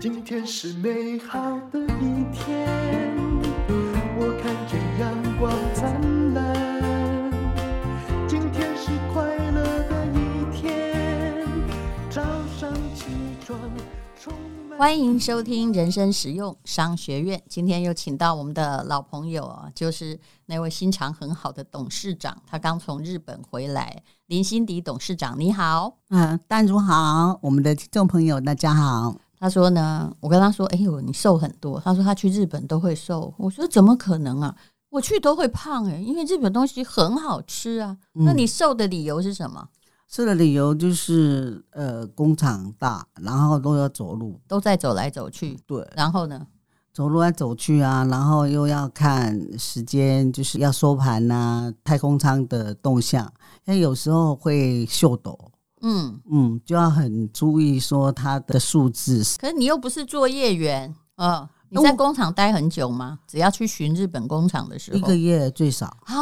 今天是美好的一天，我看见阳光灿烂。今天是快乐的一天，早上起床充满。欢迎收听人生实用商学院。今天又请到我们的老朋友啊，就是那位心肠很好的董事长，他刚从日本回来，林心迪董事长，你好。嗯，淡如好，我们的听众朋友大家好。他说呢，我跟他说，哎呦，你瘦很多。他说他去日本都会瘦。我说怎么可能啊？我去都会胖哎、因为日本东西很好吃啊。那你瘦的理由是什么？吃的理由就是呃，工厂大，然后都要走路，都在走来走去，对，然后呢？走路来走去啊，然后又要看时间，就是要收盘呐、太空舱的动向，那有时候会秀抖，嗯，嗯，就要很注意说它的数字是。可是你又不是作业员，呃，你在我工厂待很久吗？只要去巡日本工厂的时一候个月最少啊，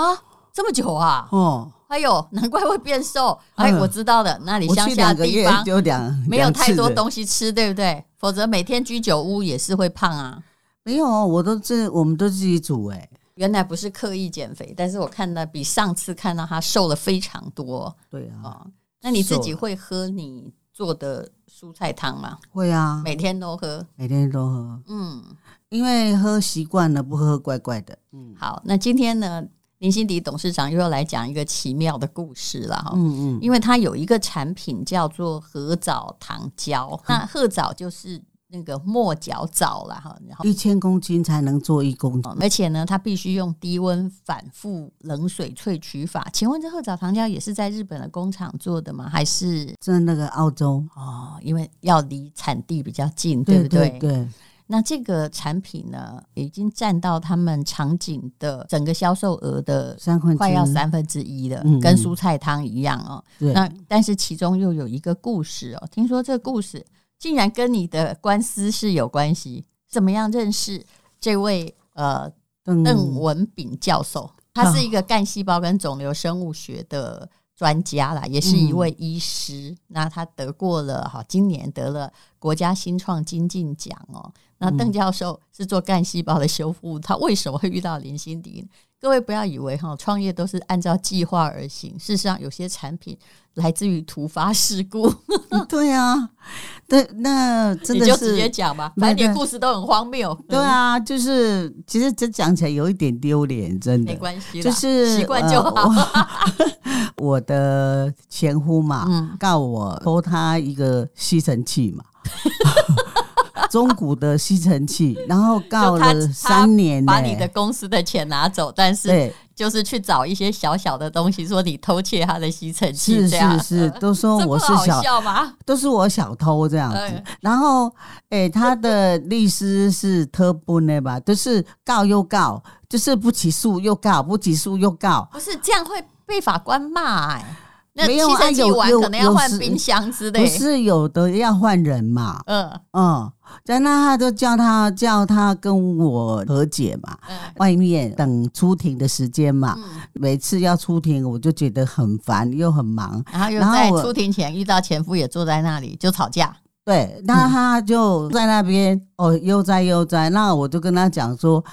这么久啊？哦，哎呦，难怪会变瘦。哎，嗯我知道了，那里我乡去下两个地月方就两，没有两次太多了东西吃，对不对？否则每天居酒屋也是会胖啊。没有，我都自我们都自己煮哎、原来不是刻意减肥，但是我看到比上次看到他瘦了非常多对啊，哦。那你自己瘦了会喝你做的蔬菜汤吗？会啊，每天都喝？每天都喝。嗯，因为喝习惯了，不喝怪怪的。嗯好。那今天呢，林心迪董事长又要来讲一个奇妙的故事了哈。嗯嗯，因为它有一个产品叫做褐藻糖胶，那褐藻就是那个墨角藻啦哈，然后一千公斤才能做一公斤。而且呢，它必须用低温反复冷水萃取法。请问这褐藻糖胶也是在日本的工厂做的吗？还是在那个澳洲，哦，因为要离产地比较近，对对不对？对对，那这个产品呢，已经占到他们场景的整个销售额的三块快要三分之一了，嗯嗯嗯跟蔬菜汤一样哦。对那但是其中又有一个故事哦，听说这故事竟然跟你的官司是有关系。怎么样认识这位呃邓邓文炳教授？他嗯是一个干细胞跟肿瘤生物学的专家啦，也是一嗯位医师。那他得过了哈，今年得了国家新创金进奖哦。那嗯邓教授是做干细胞的修复，他为什么会遇到林心迪呢？各位不要以为哈，创业都是按照计划而行，事实上有些产品来自于突发事故。 对啊，对，那真你的就直接是讲吧，没反正你的没故事都很荒谬。对啊，就是其实这讲起来有一点丢脸，真嗯没的。关系啦，就是呃习惯就好。好。我 我的前夫嘛，嗯告我偷他一个吸尘器嘛， 中古的吸尘器，然后就告他了三年、呢。把你的公司的钱拿走，但是对，就是去找一些小小的东西，说你偷窃他的吸尘器，是这样是是，呃都说这不我是好小，笑吗？都是我小偷这样子哎。然后，诶，他的律师是特布呢吧，就是告又告，就是不起诉又告，不起诉又告。不是这样会被法官骂哎。那没有吸啊尘器有完有可能要有换时冰箱之不类，是有的要换人嘛，嗯嗯，在那他就叫他叫他跟我和解嘛，嗯外面等出庭的时间嘛，嗯，每次要出庭我就觉得很烦又很忙，然后又然后在我出庭前遇到前夫也坐在那里就吵架，对，那他就在那边、哦悠哉悠哉，那我就跟他讲说，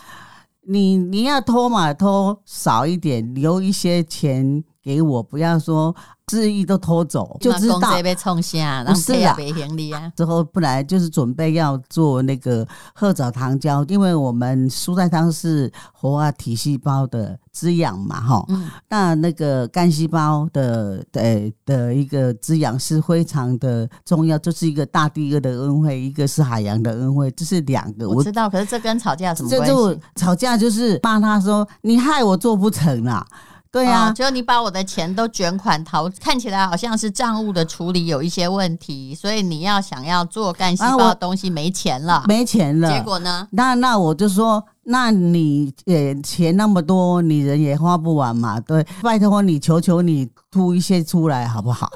你你要偷嘛偷少一点，留一些钱给我，不要说自意都偷走，就知道被冲下，然不后是赔也啦赔行李啊，之后，本来就是准备要做那个褐藻糖胶，因为我们蔬菜汤是活化体细胞的滋养嘛，哈、嗯那那个干细胞的呃的一个滋养是非常的重要，就是一个大地的恩惠，一个是海洋的恩惠，这是两个。我知道，可是这跟吵架有什么这关就系？吵架就是骂他说你害我做不成啦，对啊呀、哦就你把我的钱都卷款逃，看起来好像是账务的处理有一些问题，所以你要想要做干细啊胞我的东西没钱了，没钱了，哦结果呢？那那我就说，那你呃钱那么多，你人也花不完嘛，对，拜托你，求求你吐一些出来好不好？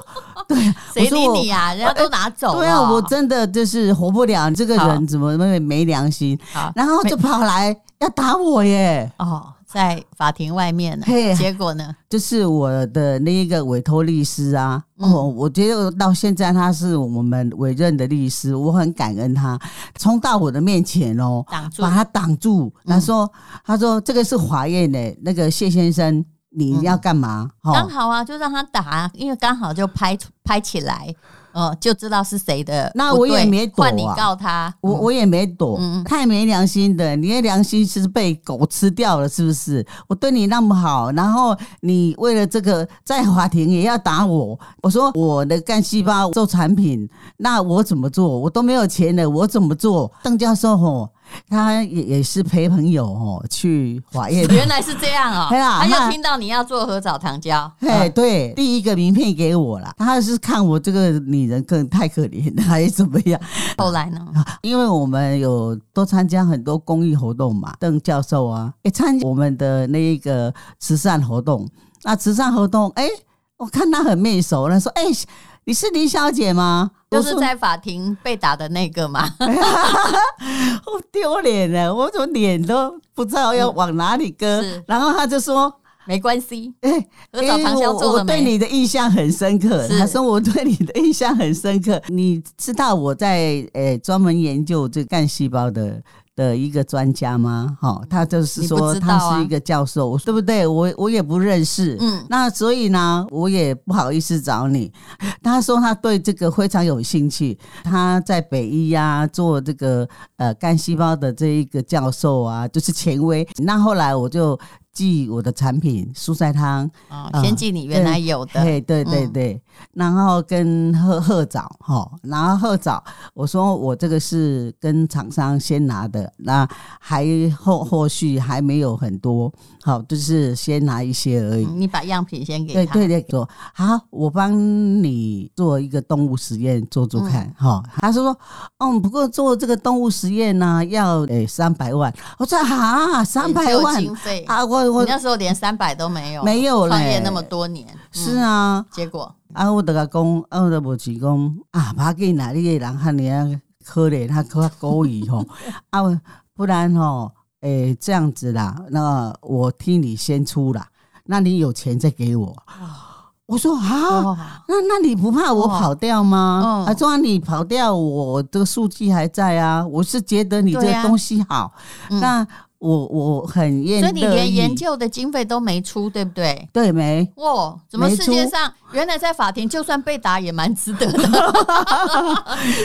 谁我理说我你啊？人家都拿走了。对啊，我真的就是活不了，这个好人怎么那么没良心？好然后就跑来要打我耶！哦，在法庭外面呢嘿，结果呢，就是我的那一个委托律师啊，哦，我觉得到现在他是我们委任的律师，我很感恩他冲到我的面前哦，挡住把他挡住，嗯他说：“他说这个是法院的那个谢先生，你要干嘛？”刚好啊，就让他打啊，因为刚好就拍拍起来，哦，就知道是谁的。那不我也对没躲啊换你告他，我我也没躲，嗯。太没良心的，你的良心是被狗吃掉了，是不是？我对你那么好，然后你为了这个在法庭也要打我，我说我的干细胞做产品，那我怎么做？我都没有钱了，我怎么做？邓教授吼，他也也是陪朋友吼去法院原来是这样哦。嘿啦他那又听到你要做合藻糖胶，哎，对，第一个名片给我了，他是看我这个女人更太可怜了，还是怎么样？ 哦后来呢？因为我们有都参加很多公益活动嘛，邓教授啊，也参加我们的那一个慈善活动。那慈善活动，哎，我看他很面熟，他说：“哎，你是林小姐吗？”就我是说在法庭被打的那个嘛， 我哦丢脸了，我怎么脸都不知道要往哪里搁。嗯是然后他就说。没关系。哎，合藻糖哎胶我做我了对没？你的印象很深刻。是他说我对你的印象很深刻。你知道我在诶专门研究这干细胞的。的一个专家吗？哈、他就是你说不知道他啊是一个教授，对不对？我我也不认识，嗯那所以呢，我也不好意思找你。他说他对这个非常有兴趣，他在北医啊做这个呃干细胞的这一个教授啊，就是权威。那后来我就寄我的产品蔬菜汤，哦，嗯先记你原来有的，对对对嗯对，然后跟贺贺枣哈，然后贺枣，我说我这个是跟厂商先拿的，那还后后续还没有很多，好，就是先拿一些而已。嗯你把样品先给对他。对对，说好，我帮你做一个动物实验做做看哈、他说嗯，不过做这个动物实验呢、要诶三百万。我说啊，三你只百有万经费啊，我你我那时候连三百都没有，没有嘞创业那么多年，嗯是啊，结果啊，我就甲讲，啊，我就无钱讲，啊，无要紧啦，你个人汉尼啊可怜，他可故意吼，啊，不然吼，诶、这样子啦，那我替你先出啦，那你有钱再给我。我说啊，哦，那那你不怕我跑掉吗？哦啊，说你跑掉，我这个数据还在啊，我是觉得你这对个啊东西好，嗯那我我很愿意，所以你连研究的经费都没出，对不对？对没？哇，怎么没世界出上原来在法庭就算被打也蛮值得 的？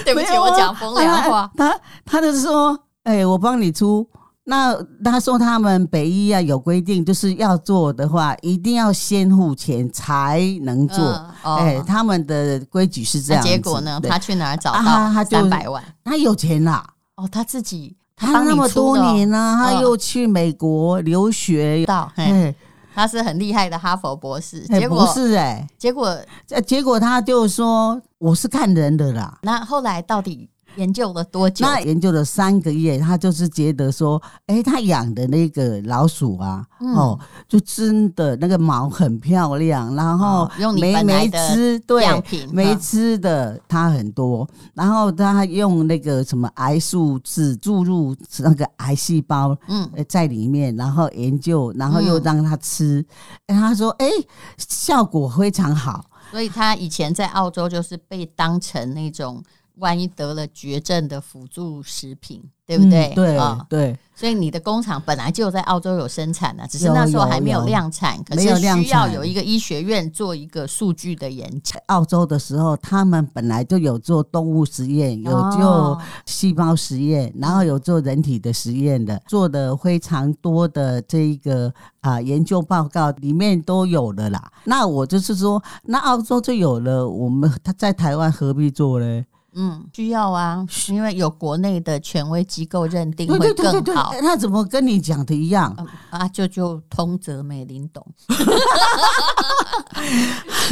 对不没起，有啊我讲风凉 话。他他就说，哎、我帮你出。那他说他们北医啊有规定，就是要做的话，一定要先付钱才能做。嗯哦哎、他们的规矩是这那样子。结果呢？对他去哪儿找啊到他就三百万？他有钱啦、哦，他自己他那么多年呢、帮你出的哦他又去美国留学，到，嘿哎、他是很厉害的哈佛博士。哎嗯结不果是哎、结果这结果他就说我是看人的啦。那后来到底研究了多久？那研究了三个月，他就是觉得说，哎、他养的那个老鼠啊，哦，就真的那个毛很漂亮，然后哦用你每本来每的只对样品每嗯只的它很多，然后他用那个什么癌素质注入那个癌细胞，嗯呃在里面，然后研究，然后又嗯让它吃，哎他说，哎、效果非常好。所以他以前在澳洲就是被当成那种万一得了绝症的辅助食品，对不对？嗯对、啊对，所以你的工厂本来就在澳洲有生产啊的、只是有那时候有还没有有量产，可没有是量需要产有一个医学院做一个数据的研究。澳洲的时候，他们本来就有做动物实验，有做哦细胞实验，然后有做人体的实验的，做的非常多的这一个啊、研究报告里面都有的啦。那我就是说，那澳洲就有了，我们他在台湾何必做呢？嗯，需要啊，因为有国内的权威机构认定对会对对对更对，好。哎那怎么跟你讲的一样？嗯啊，就就通则美林 懂，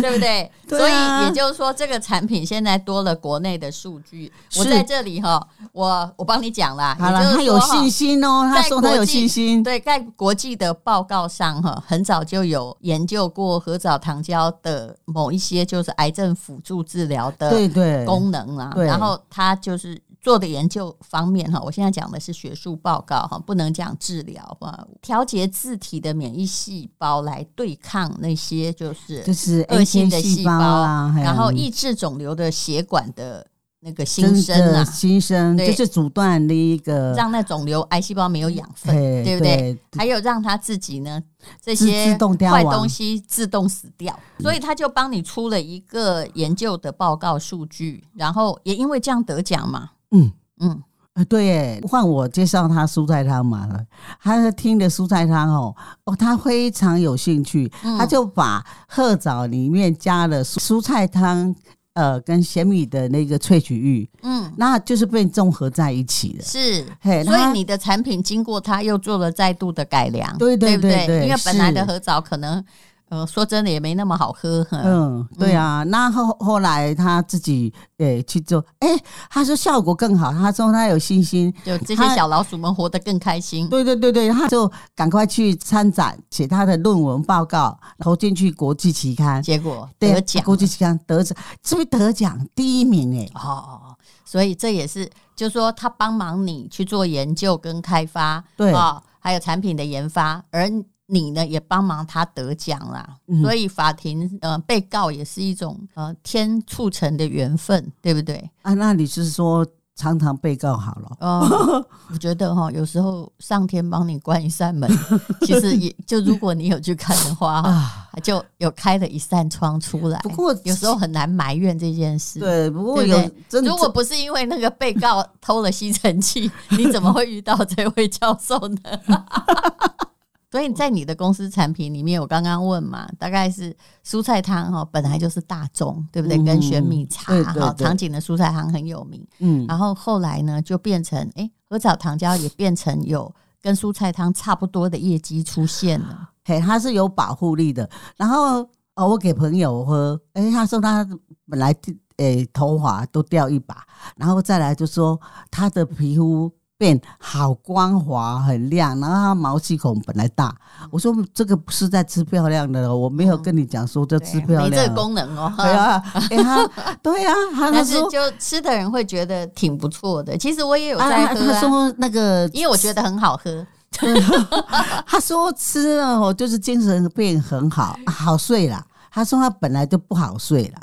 对不对？所 对啊以也就是说，这个产品现在多了国内的数据。我是在这里哈，我我帮你讲啦。好也了，就是他有说哈信心哦，他在说他国有际信心，对，在国际的报告上，哈，很早就有研究过合藻糖胶的某一些就是癌症辅助治疗的对对，功能啦、对然后它就是做的研究方面哈，我现在讲的是学术报告哈，不能讲治疗啊。调节自体的免疫细胞来对抗那些就是就是恶 A 性 K 的细细胞胞啊嗯啦，还有然后抑制肿瘤的血管的那个真新生的啊，新生对就是阻断的一个，让那肿瘤癌细胞没有养分，嘿对不对？对？还有让它自己呢这自些自动啊嗯凋坏亡东西自动死掉，所以他就帮你出了一个研究的报告数据，然后也因为这样得奖嘛，嗯嗯，呃，对耶，换我介绍他蔬菜汤嘛了。他听的蔬菜汤哦，哦，他非常有兴趣，嗯他就把褐藻里面加了蔬蔬菜汤，呃，跟咸米的那个萃取液，嗯那就是被综合在一起的。是。嘿，所以那你的产品经过它又做了再度的改良，对对不对对对因为本来的是核枣可能，呃，说真的也没那么好喝，嗯，嗯，对啊，那后后来他自己诶、去做，诶、他说效果更好，他说他有信心，就这些它小老鼠们活得更开心。对对对对，他就赶快去参展，写他的论文报告，投进去国际期刊，结果对得奖国际期刊得奖，是不是得奖第一名、诶，哦哦哦，所以这也是，就是说他帮忙你去做研究跟开发，对哦，还有产品的研发，而你呢也帮忙他得奖啦。嗯所以法庭呃，被告也是一种呃天促成的缘分，对不对？啊，那你是说常常被告好了？ 哦，我觉得哈、有时候上天帮你关一扇 门，其实也就如果你有去看的话，啊，就有开了一扇窗出来。不过哎有时候很难埋怨这件事。对，不过对有不真的，如果不是因为那个被告偷了吸尘 器，你怎么会遇到这位教授呢？所以在你的公司产品里面，我刚刚问嘛，大概是蔬菜汤哈，本来就是大众，对不对？嗯跟玄米茶对对哈，对场景的蔬菜汤很有名。嗯然后后来呢，就变成哎，合藻糖胶也变成有跟蔬菜汤差不多的业绩出现了。嘿，它是有保护力的。然后哦，我给朋友喝，哎、他说他本来诶、头发都掉一把，然后再来就说他的皮肤变好光滑很亮，然后他毛细孔本来大。嗯我说这个不是在吃漂亮的哦，我 没有跟你讲说这对吃漂没这亮个哦。功能哦，对啊，哎、他对啊，他但就是说就吃的人会觉得挺不错的。其实我也有啊在他喝、啊他说那个因为我觉得很好喝。 他说吃了哦，就是精神变很好，好睡啦。他说他本来就不好睡啦。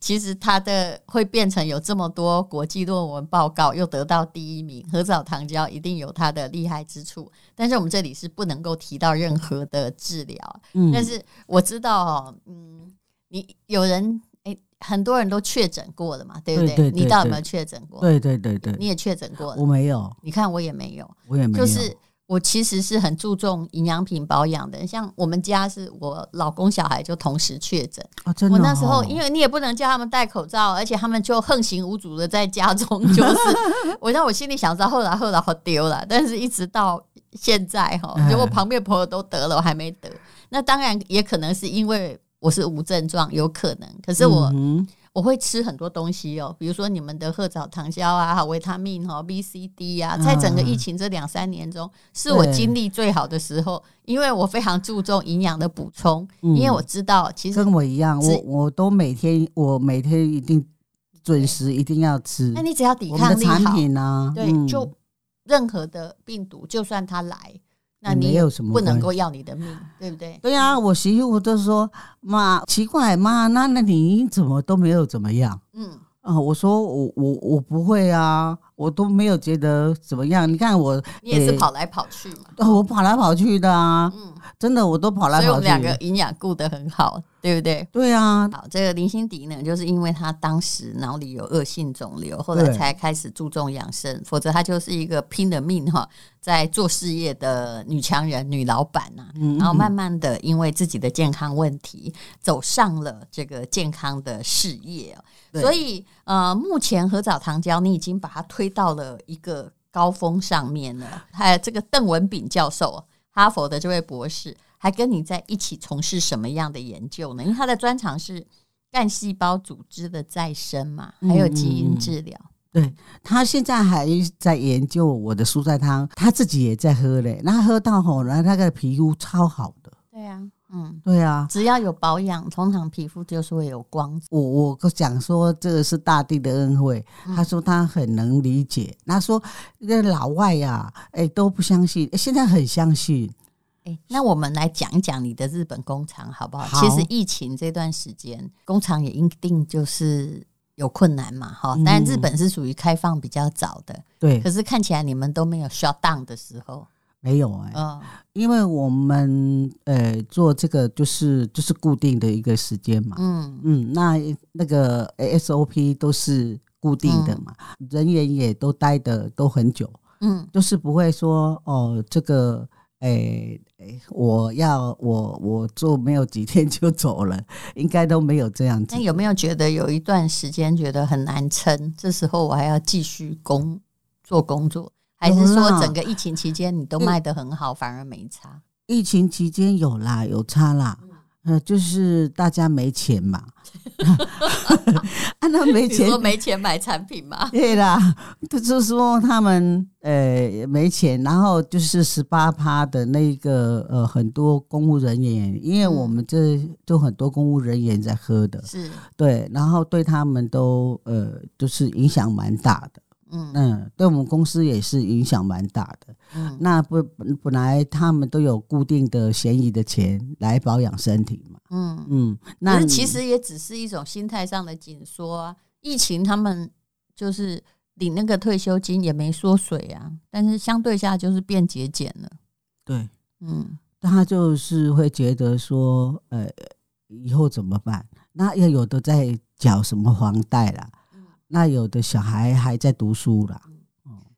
其实它的会变成有这么多国际论文报告，又得到第一名，合藻糖胶一定有它的厉害之处。但是我们这里是不能够提到任何的治疗。嗯，但是我知道哦，嗯，你有人诶，很多人都确诊过了嘛，对不对？对对对你到底有没有确诊过？对对对对，你也确诊过了我。没有，你看我也没有，我也没有，就是我其实是很注重营养品保养的。像我们家是我老公小孩就同时确诊。哦，真的、我哦，那时候，因为为你也不能叫他们戴口罩，而且他们就横行无阻的在家中，就是 我让我心里想到后来后来好丢了，但是一直到现在哈，嗯结果旁边朋友都得了，我还没得。那当然也可能是因为我是无症状，有可能。可是我、嗯我会吃很多东西哦，比如说你们的褐藻糖胶啊、还有维他命哦、B、C、D 啊，嗯在整个疫情这两三年中，是我对精力最好的时候，因为我非常注重营养的补充，嗯因为我知道其实跟我一样，只我我都每天我每天一定准时一定要吃那你只要抵嗯我抗们力的好产，品啊，对，嗯就任何的病毒，就算它来，那也你没也有什么不能关够要你的命，对不对？对啊，我媳妇都说妈奇怪妈，那那你怎么都没有怎么样？嗯，啊、我说我我我不会啊，我都没有觉得怎么样。你看我，你也是诶跑来跑去嘛，哦我跑来跑去的啊，嗯，真的我都跑来所以我跑们两去。个营养顾得很好，对不对？对啊，好，这个林心迪呢，就是因为她当时脑里有恶性肿瘤，后来对才开始注重养生，否则她就是一个拼了命哈，在做事业的女强人、女老板呐、嗯然后慢慢的，因为自己的健康问题，走上了这个健康的事业哦。对所以，呃，目前合藻糖胶你已经把它推到了一个高峰上面了。还有这个邓文炳教授，哈佛的这位博士，还跟你在一起从事什么样的研究呢？因为他的专长是干细胞组织的再生嘛，还有基因治疗。对他现在还在研究我的蔬菜汤，他自己也在喝嘞。那他喝到吼，然后他的皮肤超好的，对啊，嗯，对啊，只要有保养，通常皮肤就是会有光泽。我我讲说这个是大地的恩惠，嗯他说他很能理解。他说那老外呀、哎、都不相信，哎现在很相信。哎、那我们来讲一讲你的日本工厂好不好？好其实疫情这段时间，工厂也一定就是有困难嘛，哈嗯。但日本是属于开放比较早的，对可，是看起来你们都没有 shut down 的时候，没有哎、嗯因为我们呃做这个就是就是固定的一个时间嘛，嗯嗯，那那个 SOP 都是固定的嘛，人员也都待的都很久，嗯就是不会说哦，这个诶、诶我要我我做没有几天就走了， 应该都没有这样子那。有没有觉得有一段时间觉得很难撑？这时候我还要继续工做工作，还是有说啦整个疫情期间你都卖得很好，反而没差？疫情期间有啦，有差啦。呃，就是大家没钱嘛， 啊，那你没钱说没钱买产品吗？ 对啦，就是说他们呃没钱，然后就是十八趴的那个呃很多公务人员，因为我们这就很多公务人员在喝的，是，对，然后对他们都呃就是影响蛮大的，嗯嗯，对我们公司也是影响蛮大的。嗯那不本来他们都有固定的闲余的钱来保养身体嘛，嗯。嗯，可那是你其实也只是一种心态上的紧缩啊。疫情他们就是领那个退休金也没缩水啊，但是相对下就是变节俭了。对嗯他就是会觉得说，呃，以后怎么办？那要有的在缴什么房贷啦，嗯那有的小孩还在读书啦，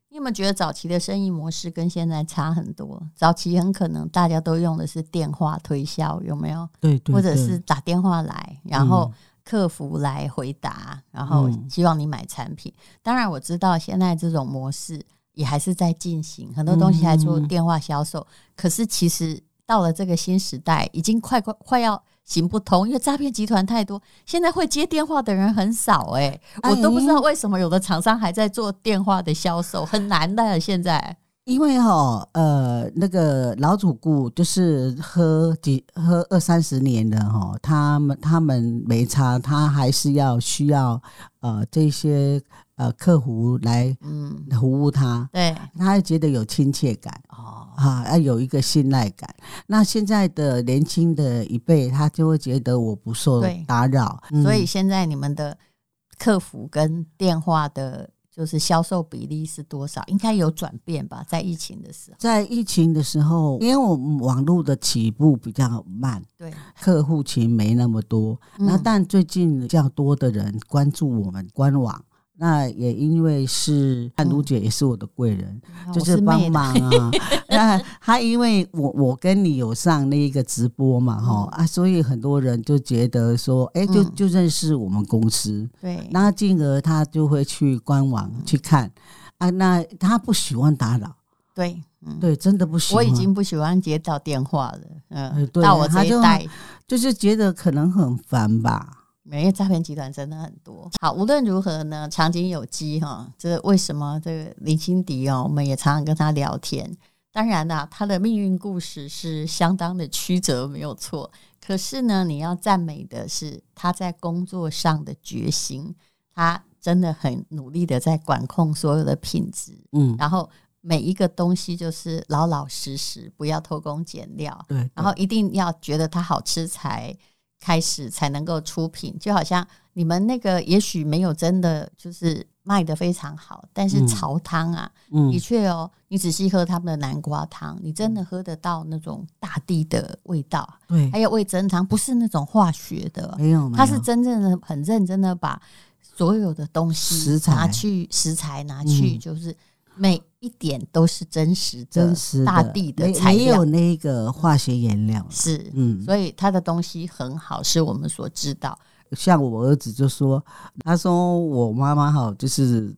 你有没有觉得早期的生意模式跟现在差很多？早期很可能大家都用的是电话推销，有没有？对对或者是打电话来，然后客服来回答，然后嗯希望你买产品。当然，我知道现在这种模式也还是在进行，很多东西还做嗯电话销售。可是其实到了这个新时代，已经快快快要。行不通，因为诈骗集团太多，现在会接电话的人很少哎、哎我都不知道为什么有的厂商还在做电话的销售，很难的现在。因为哈、呃，那个老主顾就是喝几喝二三十年的哈、他们他们没差，他还是要需要呃这些呃客户来嗯，服务他，对，他会觉得有亲切感。哦，啊，要有一个信赖感。那现在的年轻的一辈，他就会觉得我不受对打扰，嗯所以现在你们的客服跟电话的，就是销售比例是多少？应该有转变吧？在疫情的时候，在疫情的时候，因为我们网络的起步比较慢，对，客户群没那么多，嗯那但最近较多的人关注我们官网。那也因为是安如姐也是我的贵人，就是帮妹的忙 啊。那他因为我我跟你有上那个直播嘛，哈、啊，所以很多人就觉得说，哎、就嗯就认识我们公司，对，嗯那进而他就会去官网去看啊。那他不喜欢打扰，对，嗯，对，真的不喜我欢。已经不喜欢接到电话了，嗯，对到我这他就一代。就是觉得可能很烦吧。因为诈骗集团真的很多。好，无论如何呢，长景有机哈，这为什么这个林心迪哦，我们也常常跟他聊天。当然啦、他的命运故事是相当的曲折，没有错。可是呢，你要赞美的是他在工作上的决心，他真的很努力的在管控所有的品质，嗯，然后每一个东西就是老老实实，不要偷工减料。对。对然后一定要觉得它好吃才开始才能够出品，就好像你们那个也许没有真的就是卖的非常好，但是嗯潮汤啊，嗯的，确哦，你仔细喝他们的南瓜汤，你真的喝得到那种大地的味道，对还，有味增汤，不是那种化学的，嗯没有，哎没它是有真正的很认真的把所有的东西食材拿去食材拿去，嗯就是每一点都是真实的真实的大地的没材没有料，那个化学原料。是嗯，所以他的东西很好，是我们所知道。像我儿子就说，他说我妈妈哈就是。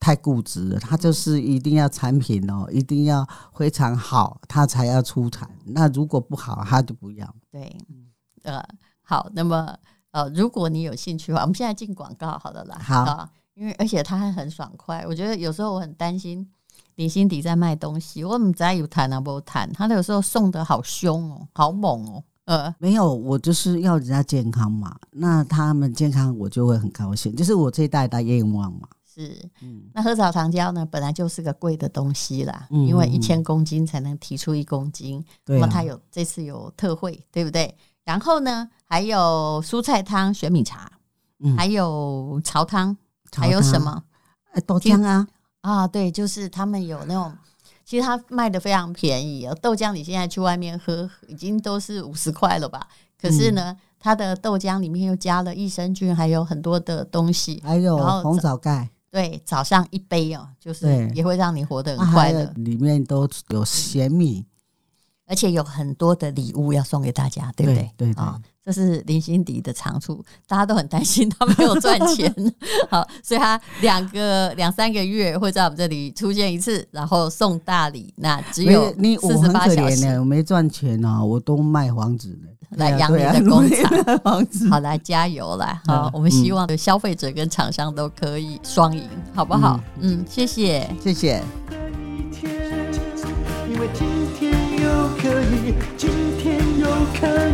太固执了，他嗯就是一定要产品哦，一定要非常好，他才要出产。那如果不好，他就不要。对，嗯呃，好，那么呃，如果你有兴趣的话，我们现在进广告好了啦。好啊因为而且他还很爽快，我觉得有时候我很担心李心迪在卖东西，我们在有谈啊不谈，他有时候送的好凶哦，好猛哦。呃，没有，我就是要人家健康嘛。那他们健康，我就会很高兴，就是我这一代的愿望嘛。是。嗯，那喝草糖胶呢，本来就是个贵的东西啦，嗯因为嗯一嗯千公斤才能提出一公斤，对、那啊么，它有这次有特惠，对不对？然后呢，还有蔬菜汤、玄米茶，嗯还有潮汤，炒还有它什？么哎豆浆啊，啊？对，就是他们有那种，其实它卖的非常便宜哦。豆浆你现在去外面喝，已经都是五十块了吧？可是呢，嗯它的豆浆里面又加了益生菌，还有很多的东西。还有然后红枣盖，对，早上一杯哦，就是对也会让你活得啊很嗯快还有乐，里面都有咸米。而且有很多的礼物要送给大家，对不对？对对对啊这是林心迪的长处，大家都很担心他没有赚 钱，好，所以他两个两三个月会在我们这里出现一次，然后送大礼，那只没有你我四十很八可小怜时、呢，我没赚钱啊，我都卖房子了，来养对啊 你的工厂，对啊房子。好，来加油啦！好，嗯我们希望消费者跟厂商都可以双赢，好不好？嗯，谢谢。谢谢。的一天，因为今天又可以，今天又可